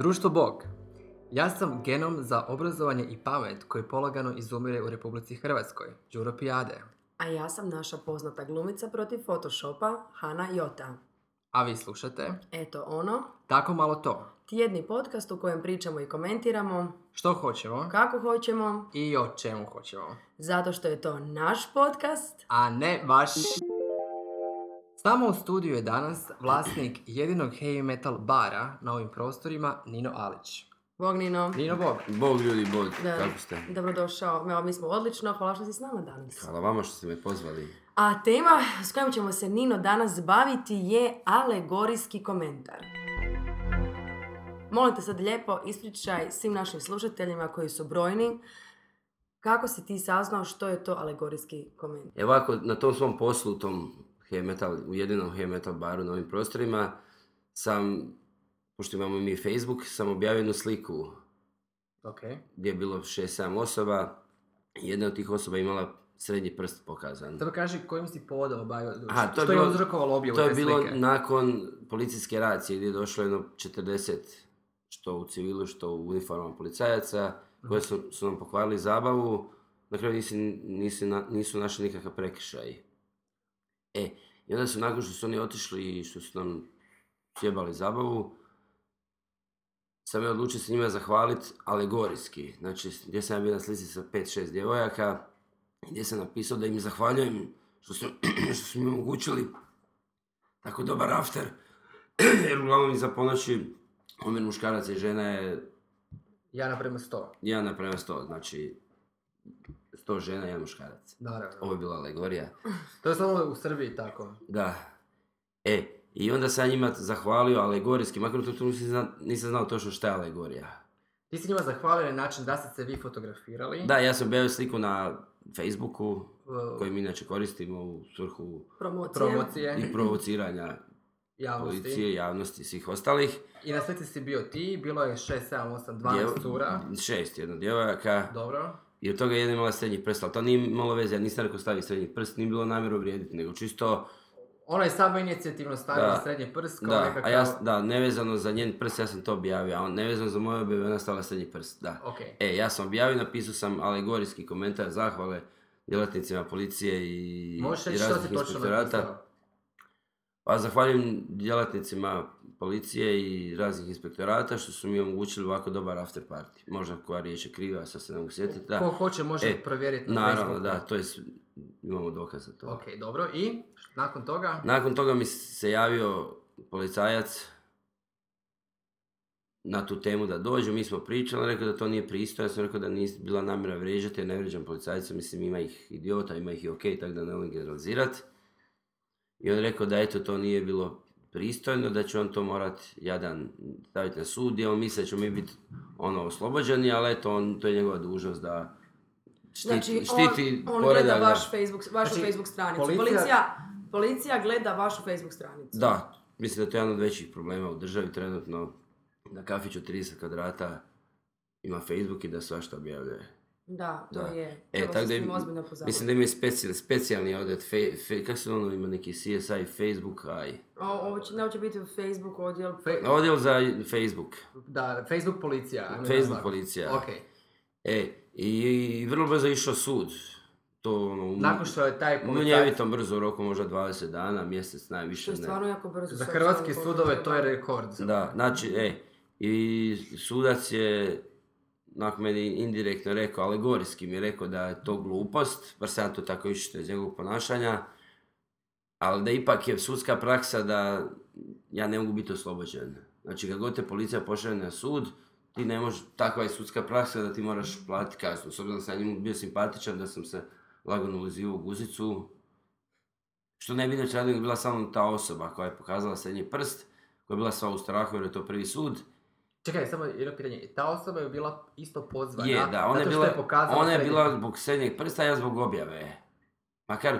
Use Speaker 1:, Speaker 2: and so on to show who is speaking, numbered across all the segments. Speaker 1: Рушто Бог. Јас сум геном за образовање и памет кој полагано изумире у Републици Хрватској, Ѓуро Пијаде.
Speaker 2: А јас сам наша позната глумица против фотошопа Хана Јота.
Speaker 1: А ви слушате?
Speaker 2: Ето оно,
Speaker 1: Тако мало то.
Speaker 2: тиедни подкаст у којем причамо и коментирамо
Speaker 1: Што хочемо
Speaker 2: како хочемо,
Speaker 1: и о чему хочемо.
Speaker 2: затоа што е то наш подкаст.
Speaker 1: А не ваш... Само у студију е данас власник јединог heavy metal бара на овим просторима Нино Алич.
Speaker 2: Бог Нино,
Speaker 1: Нино Бог.
Speaker 3: Bog ljudi, bog,
Speaker 2: Да.
Speaker 3: kako ste?
Speaker 2: добродошао. Ме, ми сме одлично, хвала што си с нама данас.
Speaker 3: Hvala vama što ste me pozvali.
Speaker 2: А тема с којом ќемо се Нино данас бавити је алегориски коментар. Молим те sad lijepo ispričaj svim našim slušateljima koji su brojni kako si ti saznao što je to alegorijski komentar.
Speaker 3: E ovako, na tom svom poslu, u tom heavy metal, u jedinom heavy metal baru na ovim prostorima, sam, pošto imamo mi Facebook, sam objavio jednu sliku
Speaker 1: Океј.
Speaker 3: gdje je bilo 6-7 osoba. Jedna od tih osoba je imala srednji prst pokazan.
Speaker 1: Треба кажи којим си поводом обајо...
Speaker 3: Аха, тоа
Speaker 1: што
Speaker 3: било-
Speaker 1: ја узроковало објаву
Speaker 3: To je
Speaker 1: те
Speaker 3: bilo
Speaker 1: слике?
Speaker 3: nakon policijske racije gdje je došlo jedno 40, što u civilu, što u uniformama policajaca, koje su, su nam pokvarili zabavu. Na kraju nisi, nisi na- nisu našli nikakav prekršaj. E, i onda su nakon što su oni otišli i što su nam sjebali zabavu, sam ja odlučio se njima zahvaliti alegorijski. Znači, gdje sam ja bio na slici sa 5-6 djevojaka, gdje sam napisao da im zahvaljujem što su, što su mi omogućili tako dobar after. Jer uglavnom iza ponoći omjer muškaraca i žena je
Speaker 1: Ја напрема 100.
Speaker 3: 1 naprema 100, znači 100 žena, 1 muškarac.
Speaker 1: Наравно.
Speaker 3: Ovo je bila alegorija.
Speaker 1: Тоа е само у Србији тако.
Speaker 3: Da. E, i onda sam ja njima zahvalio alegorijski, makar u tom trenutku nisam zna- nisam znao točno šta je alegorija.
Speaker 1: Ти си нима захвален на начин да сте се ви фотографирали.
Speaker 3: Da, ja sam objavio sliku na Facebooku,
Speaker 1: во
Speaker 3: koju mi inače koristimo u svrhu
Speaker 2: Promocija.
Speaker 1: Промоција,
Speaker 3: i provociranja
Speaker 1: јавности.
Speaker 3: policije, javnosti i svih ostalih.
Speaker 1: И на слики си био ти, било е 6, 7, 8, 12 тура.
Speaker 3: Šest, jedna djevojaka.
Speaker 1: Добро.
Speaker 3: I od toga je jedna imala srednji prst, ali to nije imalo veze, ja nisam rekao stavi srednji prst, nije bilo namjeru vrijediti, nego čisto,
Speaker 1: Ona Ono je samo inicijativno stavila
Speaker 3: Da.
Speaker 1: srednji prst kao
Speaker 3: da,
Speaker 1: nekakav...
Speaker 3: a ja, da, nevezano za njen prst, ja sam to objavio, a on- nevezano za moje objave, ona stavila srednji prst, da.
Speaker 1: Ok.
Speaker 3: E, ja sam objavio, napisao sam alegorijski komentar zahvale djelatnicima policije i,
Speaker 1: Možeš
Speaker 3: i
Speaker 1: reći što
Speaker 3: raznih
Speaker 1: si točno
Speaker 3: inspektorata.
Speaker 1: napisao?
Speaker 3: Pa zahvaljujem djelatnicima policije i raznih inspektorata što su mi omogućili ovako dobar after party. Možda koja riječ je kriva, sad se ne mogu sjetiti. Da.
Speaker 1: Ko hoće može
Speaker 3: E,
Speaker 1: provjeriti na
Speaker 3: Naravno,
Speaker 1: Facebooku.
Speaker 3: da, to je, s- imamo dokaz za to.
Speaker 1: Ok, dobro. I nakon toga?
Speaker 3: Nakon toga mi se javio policajac na tu temu da dođu, mi smo pričali, on je rekao da to nije pristojno, ja sam rekao da nije bila namjera vrijeđati, ja ne vrijeđam policajca, mislim ima ih idiota, ima ih i ok, tako da ne volim generalizirati. I on je rekao da eto to nije bilo pristojno, da će on to morat jadan staviti na sud, i on misle da ćemo mi biti ono oslobođeni, ali eto on, to je njegova dužnost da štiti,
Speaker 2: Znači,
Speaker 3: štiti
Speaker 2: on, on
Speaker 3: poredak,
Speaker 2: gleda
Speaker 3: da.
Speaker 2: vaš Facebook, vašu
Speaker 1: Znači,
Speaker 2: Facebook stranicu.
Speaker 1: policija-
Speaker 2: Policija... policija gleda vašu Facebook stranicu.
Speaker 3: Da, mislim da je to jedan od većih problema u državi trenutno. Na kafiću 30 kvadrata ima Facebook i da svašta objavljuje.
Speaker 2: Da, to
Speaker 3: Da.
Speaker 2: je.
Speaker 3: E,
Speaker 2: Treba se
Speaker 3: tako da
Speaker 2: s
Speaker 3: im-
Speaker 2: tim ozbiljno pozabaviti.
Speaker 3: Mislim da imaju specijalni, specijalni ovdje, fe, fe- kak se ono ima neki CSI, Facebook, aj.
Speaker 2: O- Ovo će, da ovo će biti u Facebook odjel.
Speaker 1: Fe-
Speaker 3: Odjel za Facebook,
Speaker 1: Da, Facebook policija. ajmo
Speaker 3: Facebook
Speaker 1: tako.
Speaker 3: policija.
Speaker 1: Ok.
Speaker 3: E, i vrlo brzo je išao sud. To ono, u-
Speaker 1: Nakon što je taj policajac...
Speaker 3: munjevitom brzo u roku, možda 20 dana, mjesec najviše.
Speaker 2: Što je
Speaker 3: ne.
Speaker 2: stvarno jako brzo.
Speaker 1: Za
Speaker 2: s obzirom
Speaker 1: hrvatske
Speaker 2: koliko
Speaker 1: sudove to je
Speaker 2: treba.
Speaker 1: rekord.
Speaker 3: Da, znači, e, i sudac je nakon meni indirektno rekao, alegorijski mi je rekao da je to glupost, pa sam ja to tako iščito iz njegovog ponašanja, ali da ipak je sudska praksa da ja ne mogu biti oslobođen. Znači, kad god te policija pošalje na sud, ti ne možeš, takva je sudska praksa da ti moraš platiti kaznu. S obzirom da sam ja njemu bio simpatičan, da sam se lagano ulizivao u guzicu, što ne bi inače radio, nego bila samo ta osoba koja je pokazala srednji prst, koja je bila sva u strahu jer je to prvi sud.
Speaker 1: Čekaj, samo jedno pitanje. Ta osoba je bila isto pozvana.
Speaker 3: Je, da, ona je
Speaker 1: zato što
Speaker 3: bila,
Speaker 1: pokazala
Speaker 3: ona je
Speaker 1: srednji
Speaker 3: bila zbog srednjeg prsta, a ja zbog objave. Makar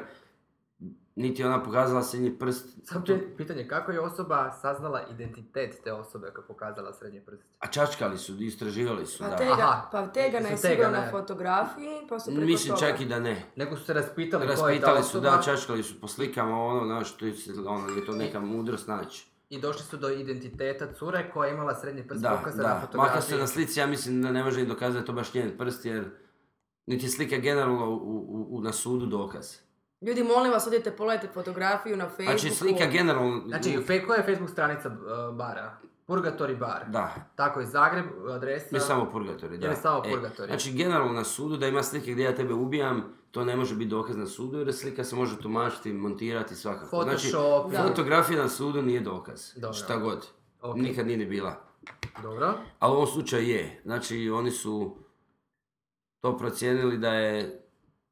Speaker 3: niti je ona pokazala srednji prst.
Speaker 1: Samo
Speaker 3: to-
Speaker 1: pit- pitanje, kako je osoba saznala identitet te osobe koja je pokazala srednji prst?
Speaker 3: A čačkali su, istraživali su,
Speaker 2: Pa
Speaker 3: da.
Speaker 1: Aha.
Speaker 2: tega, pa tegana je
Speaker 1: Mislim,
Speaker 2: sigurno
Speaker 1: tegana
Speaker 2: na
Speaker 1: je.
Speaker 2: fotografiji, pa su preko
Speaker 3: Mislim
Speaker 2: toga.
Speaker 3: čak i da ne.
Speaker 1: Nego su se raspitali, ko je ta
Speaker 3: Raspitali su,
Speaker 1: osoba. E.
Speaker 3: da, čačkali su po slikama, ono, znaš, to je, ono, je to neka mudrost naći.
Speaker 1: I došli su do identiteta cure koja je imala srednji prst
Speaker 3: Da,
Speaker 1: pokazan Pa na
Speaker 3: da. Makar se
Speaker 1: fotografiji.
Speaker 3: na slici, ja mislim da ne može ni dokazati da je to baš njen prst, jer niti je slika generalno u, u, u, na sudu dokaz.
Speaker 2: Ljudi, molim vas, odete pogledajte fotografiju na Facebooku.
Speaker 3: Znači, slika generalno...
Speaker 1: Znači, fe- koja je Facebook stranica uh, bara? Purgatori bar.
Speaker 3: Da,
Speaker 1: Tako je, Zagreb, adresa...
Speaker 3: ne samo purgatori, da.
Speaker 1: Ili samo
Speaker 3: E,
Speaker 1: purgatori.
Speaker 3: Znači, generalno na sudu, da ima slike gdje ja tebe ubijam, to ne može biti dokaz na sudu, jer slika se može tumačiti, montirati, svakako.
Speaker 1: Photoshop,
Speaker 3: znači,
Speaker 1: da.
Speaker 3: fotografija na sudu nije dokaz.
Speaker 1: Dobro.
Speaker 3: Šta god.
Speaker 1: Ok.
Speaker 3: Nikad nije ni bila.
Speaker 1: Dobro.
Speaker 3: Ali u ovom slučaju je. Znači, oni su to procijenili da je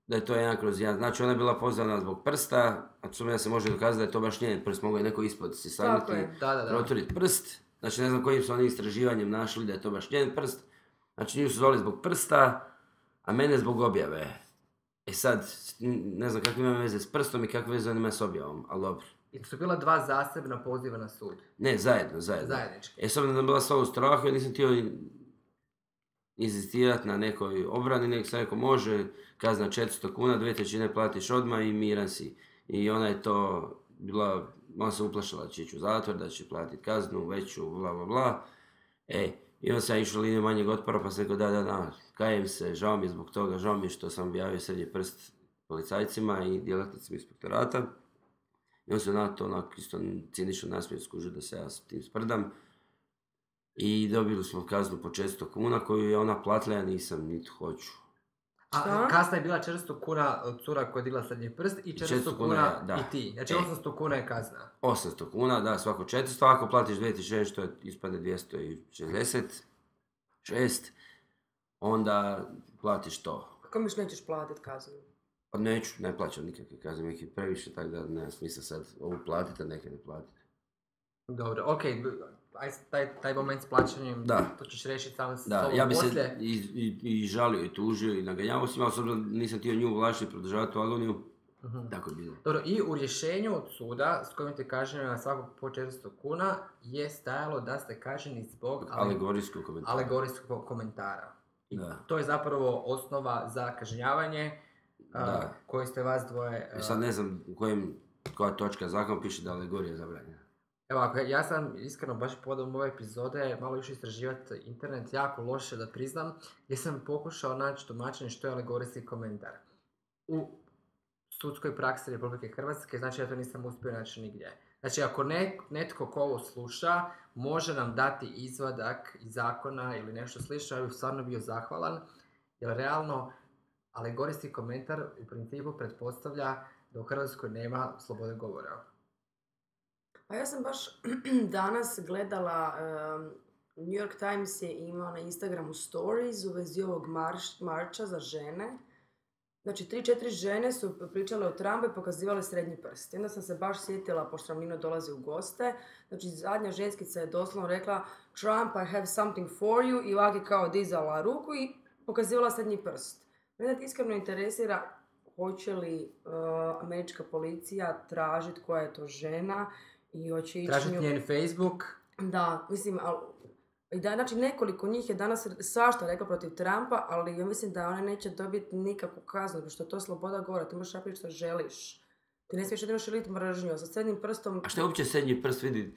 Speaker 3: da je to jedan kroz jedan. Znači, ona je bila pozvana zbog prsta, a sumnja se može dokazati da je to baš njen prst, mogao je neko ispod si staviti,
Speaker 2: Tako je.
Speaker 1: Da, da, da.
Speaker 3: proturit prst. Znači, ne znam kojim su oni istraživanjem našli da je to baš njen prst. Znači, nju su zvali zbog prsta, a mene zbog objave. E sad, n- ne znam kakve ima veze s prstom i kakve veze on ima s objavom, ali dobro.
Speaker 1: I su bila dva zasebna poziva na sud.
Speaker 3: Ne, zajedno, zajedno.
Speaker 1: Zajednički.
Speaker 3: E s obzirom da sam bila sva u strahu, ja nisam htio i- inzistirat na nekoj obrani, nego sam rekao može, kazna 400 kuna, dve trećine platiš odmah i miran si. I ona je to bila, ona se uplašila da će ići u zatvor, da će platiti kaznu, veću, bla bla bla. E, i onda sam ja išao liniju manjeg otpora pa sam rekao da, da, da, kajem se, žao mi je zbog toga, žao mi je što sam objavio srednji prst policajcima i djelatnicima inspektorata. I on se na to onako isto cinično nasmijeh skužio da se ja s tim sprdam. I dobili smo kaznu po 400 kuna koju je ona platila, ja nisam niti hoću.
Speaker 1: A
Speaker 2: Šta?
Speaker 1: kasna je bila 400 kuna od cura koja je digla srednji prst i 400 kuna
Speaker 3: ja, da.
Speaker 1: i ti. Znači
Speaker 3: E.
Speaker 1: 800 kuna je kazna.
Speaker 3: 800 kuna, da, svako 400, ako platiš 2006, što je- ispadne 260, 6, onda platiš to.
Speaker 2: Kako miš nećeš platit kaznu?
Speaker 3: Pa neću, ne plaćam nikakve kazne, neki previše, tako da nema smisla sad ovo platiti, a neke ne platiti.
Speaker 1: Dobro, okej. b- Aj, s- taj, taj moment s plaćanjem,
Speaker 3: Da.
Speaker 1: to ćeš rešiti sam s
Speaker 3: Da,
Speaker 1: sobom
Speaker 3: ja bi
Speaker 1: poslije.
Speaker 3: se i, i, i žalio i tužio i naganjavao sam, ali s obzirom da nisam htio nju vlašiti i produžavati tu agoniju,
Speaker 1: Mhm.
Speaker 3: tako je bilo.
Speaker 1: Dobro, i u rješenju od suda, s kojim te kažnjeno na svakog po 400 kuna, je stajalo da ste kažnjeni zbog ale-
Speaker 3: Alegorijsko komentar.
Speaker 1: alegorijskog komentara. I
Speaker 3: Da.
Speaker 1: to je zapravo osnova za kažnjavanje a,
Speaker 3: Da.
Speaker 1: koje ste vas dvoje...
Speaker 3: E
Speaker 1: a,
Speaker 3: sad ne znam u kojem, koja točka zakon piše da alegorija je zabranjena.
Speaker 1: Evo, ako ja- ja sam iskreno baš podom ove epizode malo više istraživati internet, jako loše da priznam, jer sam pokušao naći tumačenje što je alegorijski komentar. U sudskoj praksi Republike Hrvatske, znači ja to nisam uspio naći nigdje. Znači ako ne, netko ko ovo sluša, može nam dati izvadak iz zakona ili nešto slično, ja bih stvarno bio zahvalan, jer realno alegorijski komentar u principu pretpostavlja da u Hrvatskoj nema slobode govora.
Speaker 2: Pa ja sam baš danas gledala, em, New York Times je imao na Instagramu stories u vezi ovog marš, marča za žene. Znači, tri, četiri žene su pričale o Trumpu i pokazivale srednji prst. I onda sam se baš sjetila, pošto nam Nino dolazi u goste, znači zadnja ženskica je doslovno rekla Trump, I have something for you i ovak je kao dizala ruku i pokazivala srednji prst. Mene iskreno interesira hoće li eh, američka policija tražiti koja je to žena i hoće ići
Speaker 1: Tražiti
Speaker 2: nju-
Speaker 1: njen Facebook.
Speaker 2: Da, mislim, ali... I da, znači, nekoliko njih je danas svašta rekla protiv Trumpa, ali ja mislim da ona neće dobiti nikakvu kaznu, zato što je to sloboda govora, ti možeš napraviti što želiš. Ti ne smiješ jedino širiti mržnju, a sa srednjim prstom...
Speaker 3: A što je uopće srednji prst vidi?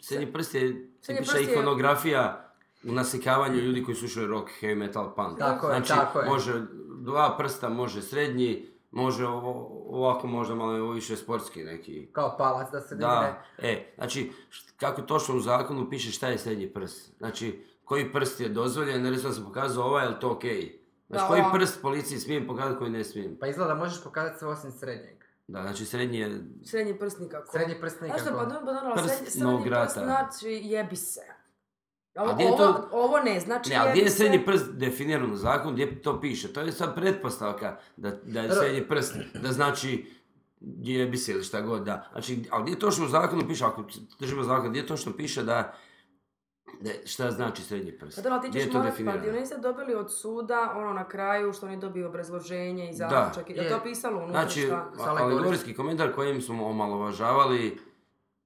Speaker 3: Srednji prst je
Speaker 2: Srednji
Speaker 3: tipična
Speaker 2: prst je-
Speaker 3: ikonografija u nasikavanju ljudi koji slušaju rock, heavy metal, punk.
Speaker 1: Tako je,
Speaker 3: znači,
Speaker 1: tako je.
Speaker 3: može dva prsta, može srednji, može ovo- ovako možda malo je ovo više sportski neki.
Speaker 1: Kao palac da se digne.
Speaker 3: Da, e, znači, št- kako točno u zakonu piše šta je srednji prst. Znači, koji prst je dozvoljen, ne recimo sam pokazao ovaj, je li to okej? Znači,
Speaker 2: Da,
Speaker 3: koji
Speaker 2: ova-
Speaker 3: prst policiji smijem pokazati, koji ne smijem.
Speaker 1: Pa izgleda da možeš pokazati sve osim srednjeg.
Speaker 3: Da, znači srednji je...
Speaker 2: Srednji prst nikako.
Speaker 1: Srednji prst
Speaker 2: Znaš što, pa
Speaker 1: nikako.
Speaker 2: dobro, pa dobro,
Speaker 3: Prst
Speaker 2: srednji, srednji prst
Speaker 3: nograta.
Speaker 2: znači jebi se. Ovo,
Speaker 3: A gdje je
Speaker 2: ovo,
Speaker 3: to-
Speaker 2: ovo ne znači
Speaker 3: Ne, ali gdje
Speaker 2: jebi
Speaker 3: je
Speaker 2: se.
Speaker 3: srednji prst definiran u zakonu, gdje to piše? To je sad pretpostavka da, da je
Speaker 1: Dobro.
Speaker 3: srednji prst, da znači gdje bi se ili šta god, da. Znači, ali gdje točno u zakonu piše, ako se držimo zakon, gdje točno piše da, da je- šta znači srednji prst?
Speaker 2: Pa dobro, ali ti
Speaker 3: Gdje
Speaker 2: ćeš
Speaker 3: je to
Speaker 2: morati platiti. Oni
Speaker 3: definirano?
Speaker 2: niste dobili od suda, ono na kraju, što oni dobiju obrazloženje i
Speaker 3: Da.
Speaker 2: zaključak. Je
Speaker 1: Je.
Speaker 2: to pisalo unutra
Speaker 3: Znači,
Speaker 2: šta?
Speaker 1: Sa alegorijskim.
Speaker 3: alegorijski komentar kojim smo omalovažavali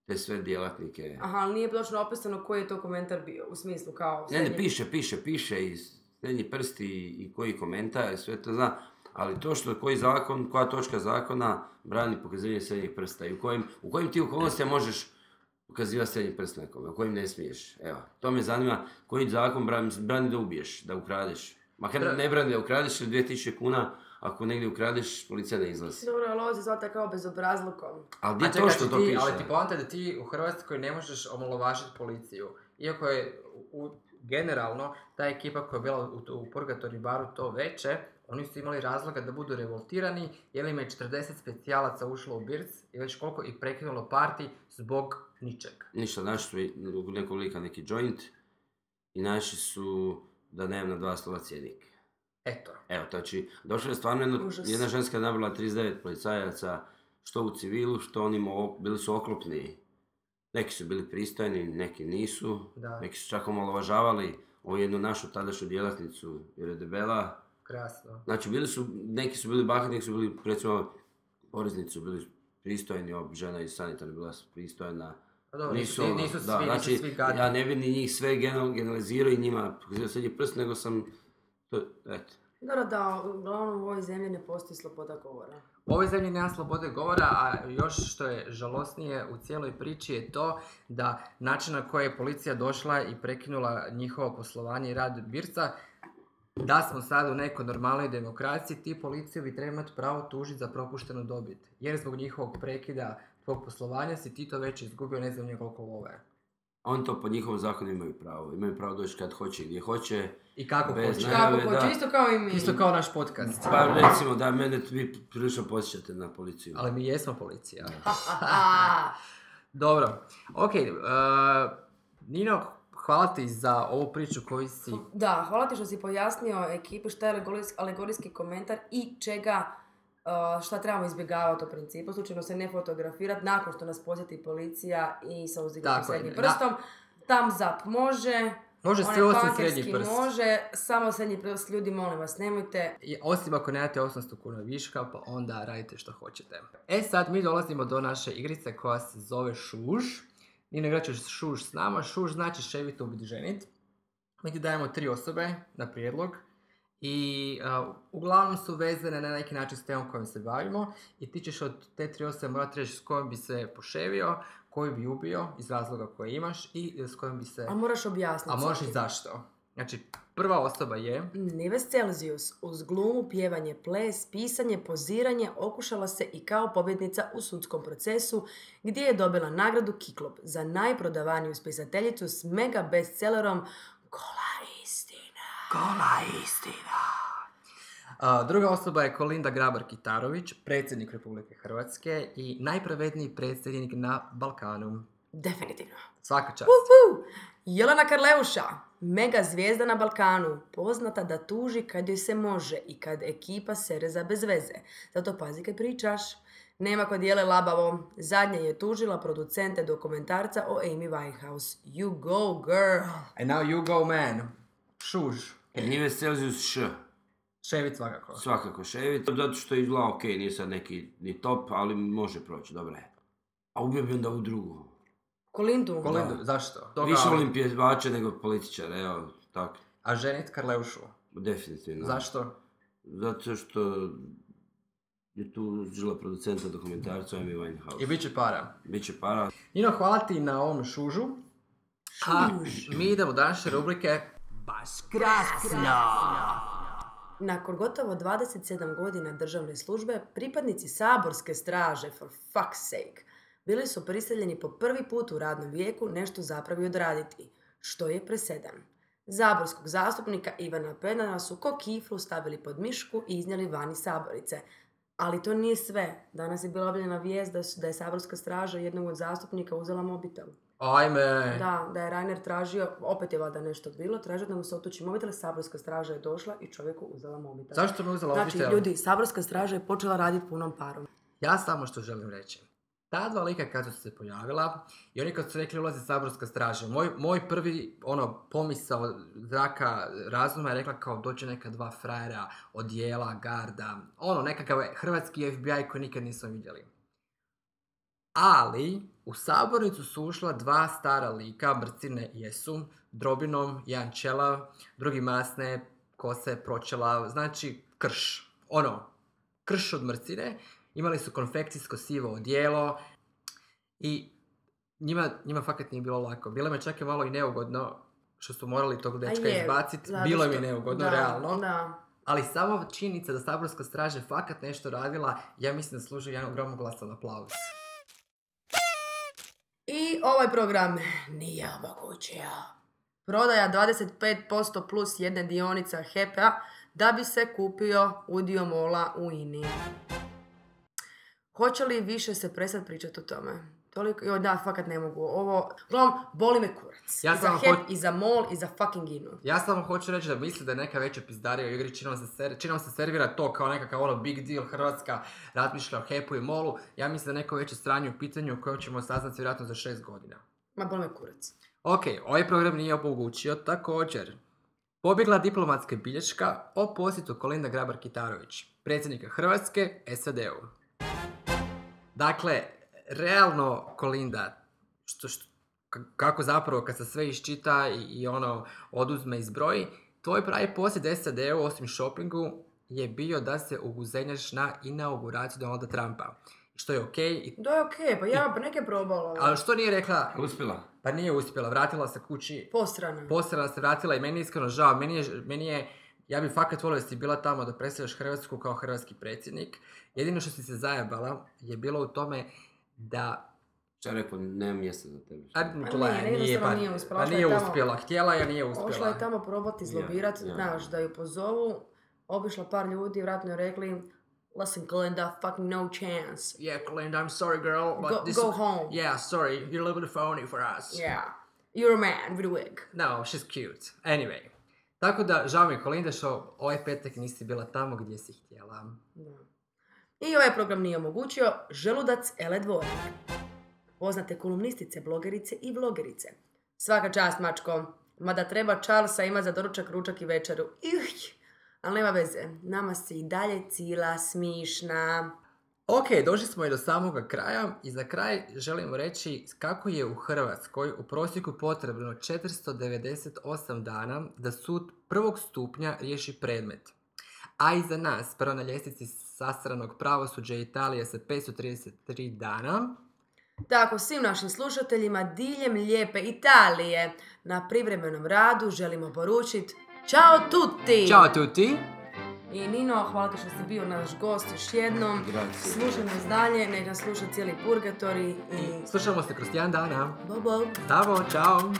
Speaker 3: te sve djelatnike.
Speaker 2: Aha, ali nije točno opisano koji je to komentar bio, u smislu kao...
Speaker 3: Ne, ne,
Speaker 2: srednji-
Speaker 3: piše, piše, piše i srednji prst i, i koji komentar, sve to zna. Ali to što koji zakon, koja točka zakona brani pokazivanje srednjeg prsta i u kojim, u kojim ti okolnostima možeš ukaziva srednji prst nekome, o kojem ne smiješ. Evo, to me zanima, koji zakon brani, brani da ubiješ, da ukradeš? Makar
Speaker 1: Bra-
Speaker 3: ne brani da ukradeš ili 2000 kuna, ako negdje ukradeš, policija ne izlazi.
Speaker 2: Dobro, ali ovo se zvata kao bezobrazlukom.
Speaker 1: A
Speaker 3: Ali gdje to
Speaker 1: čekaj,
Speaker 3: što
Speaker 1: ti-
Speaker 3: to
Speaker 1: Ali ti
Speaker 3: piše?
Speaker 1: poanta je da ti u Hrvatskoj ne možeš omalovažiti policiju. Iako je u, generalno ta ekipa koja je bila u, u Purgatori baru to veće, oni su imali razloga da budu revoltirani, jer im je 40 specijalaca ušlo u Birc i već koliko i prekinulo parti zbog ničeg.
Speaker 3: Ništa, našli su nekog lika neki joint i naši su da nemam na dva slova cijenik.
Speaker 1: Eto.
Speaker 3: Evo, znači, došlo je stvarno jedno,
Speaker 2: Užas.
Speaker 3: jedna ženska je nabrala 39 policajaca, što u civilu, što oni mo- bili su oklopni. Neki su bili pristojni, neki nisu,
Speaker 1: Da,
Speaker 3: neki su čak omalovažavali ovu jednu našu tadašnju djelatnicu, jer je debela.
Speaker 1: krasno.
Speaker 3: Znači, bili su, neki su bili bahati, neki su bili, recimo, poreznici su bili pristojni, ova žena iz sanitarne bila pristojna.
Speaker 1: A Pa dobro, nisu,
Speaker 3: Nisu,
Speaker 1: nisu,
Speaker 3: ono,
Speaker 1: nisu svi,
Speaker 3: da,
Speaker 1: nisu
Speaker 3: znači,
Speaker 1: svi gadni.
Speaker 3: ja ne bi ni njih sve genel- generalizirao i njima pokazio srednji prst, nego sam, to, eto.
Speaker 2: Dobro, da, uglavnom u ovoj zemlji ne postoji sloboda govora.
Speaker 1: U ovoj zemlji nema slobode govora, a još što je žalosnije u cijeloj priči je to da način na koji je policija došla i prekinula njihovo poslovanje i rad Birca, da smo sad u nekoj normalnoj demokraciji, ti policiju bi trebali imati pravo tužiti za propuštenu dobit. Jer zbog njihovog prekida tvog poslovanja si ti to već izgubio ne znam nekoliko love.
Speaker 3: Oni to po njihovom zakonu imaju pravo. Imaju pravo doći kad hoće, gdje hoće.
Speaker 1: I kako
Speaker 3: Bez
Speaker 1: hoćeš.
Speaker 3: naj- Najave,
Speaker 2: Kako hoće,
Speaker 3: da.
Speaker 2: isto kao i mi.
Speaker 1: Isto kao naš podcast.
Speaker 3: Pa recimo da mene vi prilično posjećate na policiju.
Speaker 1: Ali mi jesmo policija.
Speaker 2: A,
Speaker 1: Dobro, ok. e, Nino, hvala ti za ovu priču koju si...
Speaker 2: da, hvala ti što si pojasnio ekipi šta je alegorisk- alegorijski komentar i čega uh, šta trebamo izbjegavati u principu, slučajno se ne fotografirati nakon što nas posjeti policija i sa uzdignutim
Speaker 1: Tako je,
Speaker 2: srednjim
Speaker 1: na-
Speaker 2: prstom. Tam zap može,
Speaker 1: Može sve
Speaker 2: onaj
Speaker 1: osim
Speaker 2: punkerski
Speaker 1: srednji prst.
Speaker 2: može, samo srednji prst, ljudi molim vas, nemojte.
Speaker 1: I osim ako nemate 800 kuna viška, pa onda radite što hoćete. E sad, mi dolazimo do naše igrice koja se zove Šuž. Nino igrat ćeš Šuž s nama. Šuž znači ševit, ubit, ženit. Mi ti dajemo tri osobe na prijedlog. I a, uglavnom su vezane na neki način s temom kojom se bavimo. I ti ćeš od te tri osobe morati reći s kojom bi se poševio, koju bi ubio iz razloga koje imaš i s kojom bi se...
Speaker 2: A moraš objasniti.
Speaker 1: A možeš i
Speaker 2: svaki.
Speaker 1: zašto. Znači, prva osoba je...
Speaker 2: Nives Celsius, uz glumu, pjevanje, ples, pisanje, poziranje, okušala se i kao pobjednica u sudskom procesu, gdje je dobila nagradu Kiklop za najprodavaniju spisateljicu s mega bestsellerom Kola istina.
Speaker 1: Gola istina. A, druga osoba je Kolinda Grabar-Kitarović, predsjednik Republike Hrvatske i najpravedniji predsjednik na Balkanu.
Speaker 2: Definitivno.
Speaker 1: Svaka čast.
Speaker 2: Uhu! Jelena Karleuša, mega zvijezda na Balkanu, poznata da tuži kad joj se može i kad ekipa sere za bez veze. Zato pazi kad pričaš. Nema kod jele labavo. Zadnja je tužila producente dokumentarca o Amy Winehouse. You go, girl!
Speaker 1: And now you go man. Šuž.
Speaker 3: Nive E, Celsius Š,
Speaker 1: Ševit svakako.
Speaker 3: svakako ševit, zato što je izgleda ok, nije sad neki ni top, ali može proći, dobro je. A ubio bi onda u drugu.
Speaker 2: Kolindu.
Speaker 1: Kolindu, zašto? Toga-
Speaker 3: Više volim pjevače nego političare, evo, tako,
Speaker 1: A ženit Karleušu.
Speaker 3: definitivno.
Speaker 1: Zašto?
Speaker 3: Zato što je tu žila producenta dokumentarca Amy Winehouse.
Speaker 1: I bit će para.
Speaker 3: Biće para.
Speaker 1: Nino, hvala ti na ovom šužu. A mi idemo do naše rubrike Baš krasno.
Speaker 2: Nakon gotovo 27 godina državne službe, pripadnici saborske straže, for fuck's sake, bili su prisiljeni po prvi put u radnom vijeku nešto zapravo i odraditi, što je presedan. Zaborskog zastupnika Ivana Penara su ko kiflu stavili pod mišku i iznijeli van iz saborice. Ali to nije sve. Danas je bila objavljena vijest da, su, da je saborska straža jednog od zastupnika uzela mobitel.
Speaker 1: Ajme.
Speaker 2: Da, da je Rainer tražio, opet je valjda nešto bilo, tražio da mu se otuči mobitel, saborska straža je došla i čovjeku uzela mobitel.
Speaker 1: Zašto mi je uzela
Speaker 2: Znači,
Speaker 1: mobitel?
Speaker 2: ljudi, saborska straža je počela raditi punom parom.
Speaker 1: Ja samo što želim reći. Ta dva lika kad su se pojavila i oni kad su rekli ulazi saborska straža, moj, moj prvi ono pomisao zraka razuma je rekla kao doće neka dva frajera, odjela, garda, ono nekakav hrvatski FBI koji nikad nisam vidjeli. Ali u sabornicu su ušla dva stara lika, brcine jesu, drobinom, jedan čelav, drugi masne, kose, pročelav, znači krš. Ono, krš od mrcine, imali su konfekcijsko sivo odijelo i njima, njima fakat nije bilo lako. Bilo me čak i malo i neugodno što su morali tog dečka
Speaker 2: je,
Speaker 1: izbaciti.
Speaker 2: zato
Speaker 1: Bilo mi je
Speaker 2: što-
Speaker 1: neugodno,
Speaker 2: da,
Speaker 1: realno.
Speaker 2: Da,
Speaker 1: Ali samo činjenica da saborska straža je fakat nešto radila, ja mislim da služi jedan gromoglasan aplauz.
Speaker 2: I ovaj program nije omogućio. Prodaja 25% plus jedne dionica HEP-a da bi se kupio udio mola u INI. Hoće li više se presad pričati o tome? Toliko, joj da, fakat ne mogu. Ovo, uglavnom, boli me kurac.
Speaker 1: Ja
Speaker 2: I za
Speaker 1: samo
Speaker 2: HEP,
Speaker 1: hoć-
Speaker 2: i za MOL, i za fucking INU.
Speaker 1: Ja samo hoću reći da misli da je neka veća pizdarija u igri, čini vam se, ser, čini vam se servira to kao nekakav ono big deal, Hrvatska razmišlja o Hepu i Molu. Ja mislim da je neko veće stranje u pitanju o kojem ćemo saznati vjerojatno za šest godina.
Speaker 2: Ma boli me kurac.
Speaker 1: Ok, ovaj program nije omogućio također. Pobjegla diplomatska bilješka o posjetu Kolinda Grabar-Kitarović, predsjednika Hrvatske, SAD-u. Dakle, realno Kolinda, što, što, k- kako zapravo kad se sve iščita i, i ono oduzme i zbroji, tvoj pravi posjet SAD-u osim shoppingu je bio da se uguzenjaš na inauguraciju Donalda Trumpa. Što je okej, i-
Speaker 2: Da je okej, pa ja, pa neke je probala.
Speaker 1: ali što nije rekla,
Speaker 3: Uspjela.
Speaker 1: pa nije uspjela, vratila se kući,
Speaker 2: Postrana.
Speaker 1: Posebno se vratila i meni je iskreno žao, meni je, meni je ja bi fakat volio da si bila tamo da predstavljaš Hrvatsku kao hrvatski predsjednik. Jedino što si se zajabala je bilo u tome da...
Speaker 3: Šta rekao, nema mjesta za tebe.
Speaker 1: A,
Speaker 2: nije,
Speaker 1: to je,
Speaker 2: jednostavno
Speaker 1: pa,
Speaker 2: nije
Speaker 1: pa
Speaker 2: uspjela, ošla je
Speaker 1: nije
Speaker 2: tamo-
Speaker 1: uspjela. Htjela je, a nije uspjela.
Speaker 2: Ošla je tamo probati izlobirat,
Speaker 3: Ja, ja.
Speaker 2: znaš, da ju pozovu, obišla par ljudi, vratno joj rekli, listen Glenda, fucking no chance,
Speaker 1: Yeah, Clint, I'm sorry girl, but
Speaker 2: go,
Speaker 1: this...
Speaker 2: go home,
Speaker 1: Yeah, sorry, you're a little bit phony for us.
Speaker 2: Yeah. you're a man with a wig.
Speaker 1: No, she's cute. Anyway. Tako da, žao mi je, Kolinda što ovaj petak nisi bila tamo gdje si htjela.
Speaker 2: Da. I ovaj program nije omogućio Želudac Ele Dvornik. Poznate kolumnistice, blogerice i vlogerice. Svaka čast, mačko. Mada treba Charlesa ima za doručak, ručak i večeru. Ih, ali nema veze. Nama si i dalje cila smišna.
Speaker 1: Ok, došli smo i do samoga kraja i za kraj želimo reći kako je u Hrvatskoj u prosjeku potrebno 498 dana da sud prvog stupnja riješi predmet. A iza nas, prvo na ljestvici sastranog pravosuđa Italije sa 533 dana,
Speaker 2: Tako, svim našim slušateljima diljem lijepe Italije na privremenom radu želimo poručiti Ćao tutti!
Speaker 1: Ćao tutti!
Speaker 2: I Nino, hvala ti što si bio naš gost još jednom.
Speaker 3: Grazie.
Speaker 2: Slušaj nas dalje, nek nas sluša cijeli purgatori i...
Speaker 1: I slušamo se kroz tjedan dana.
Speaker 2: Bob, bob.
Speaker 1: Zdravo, čao!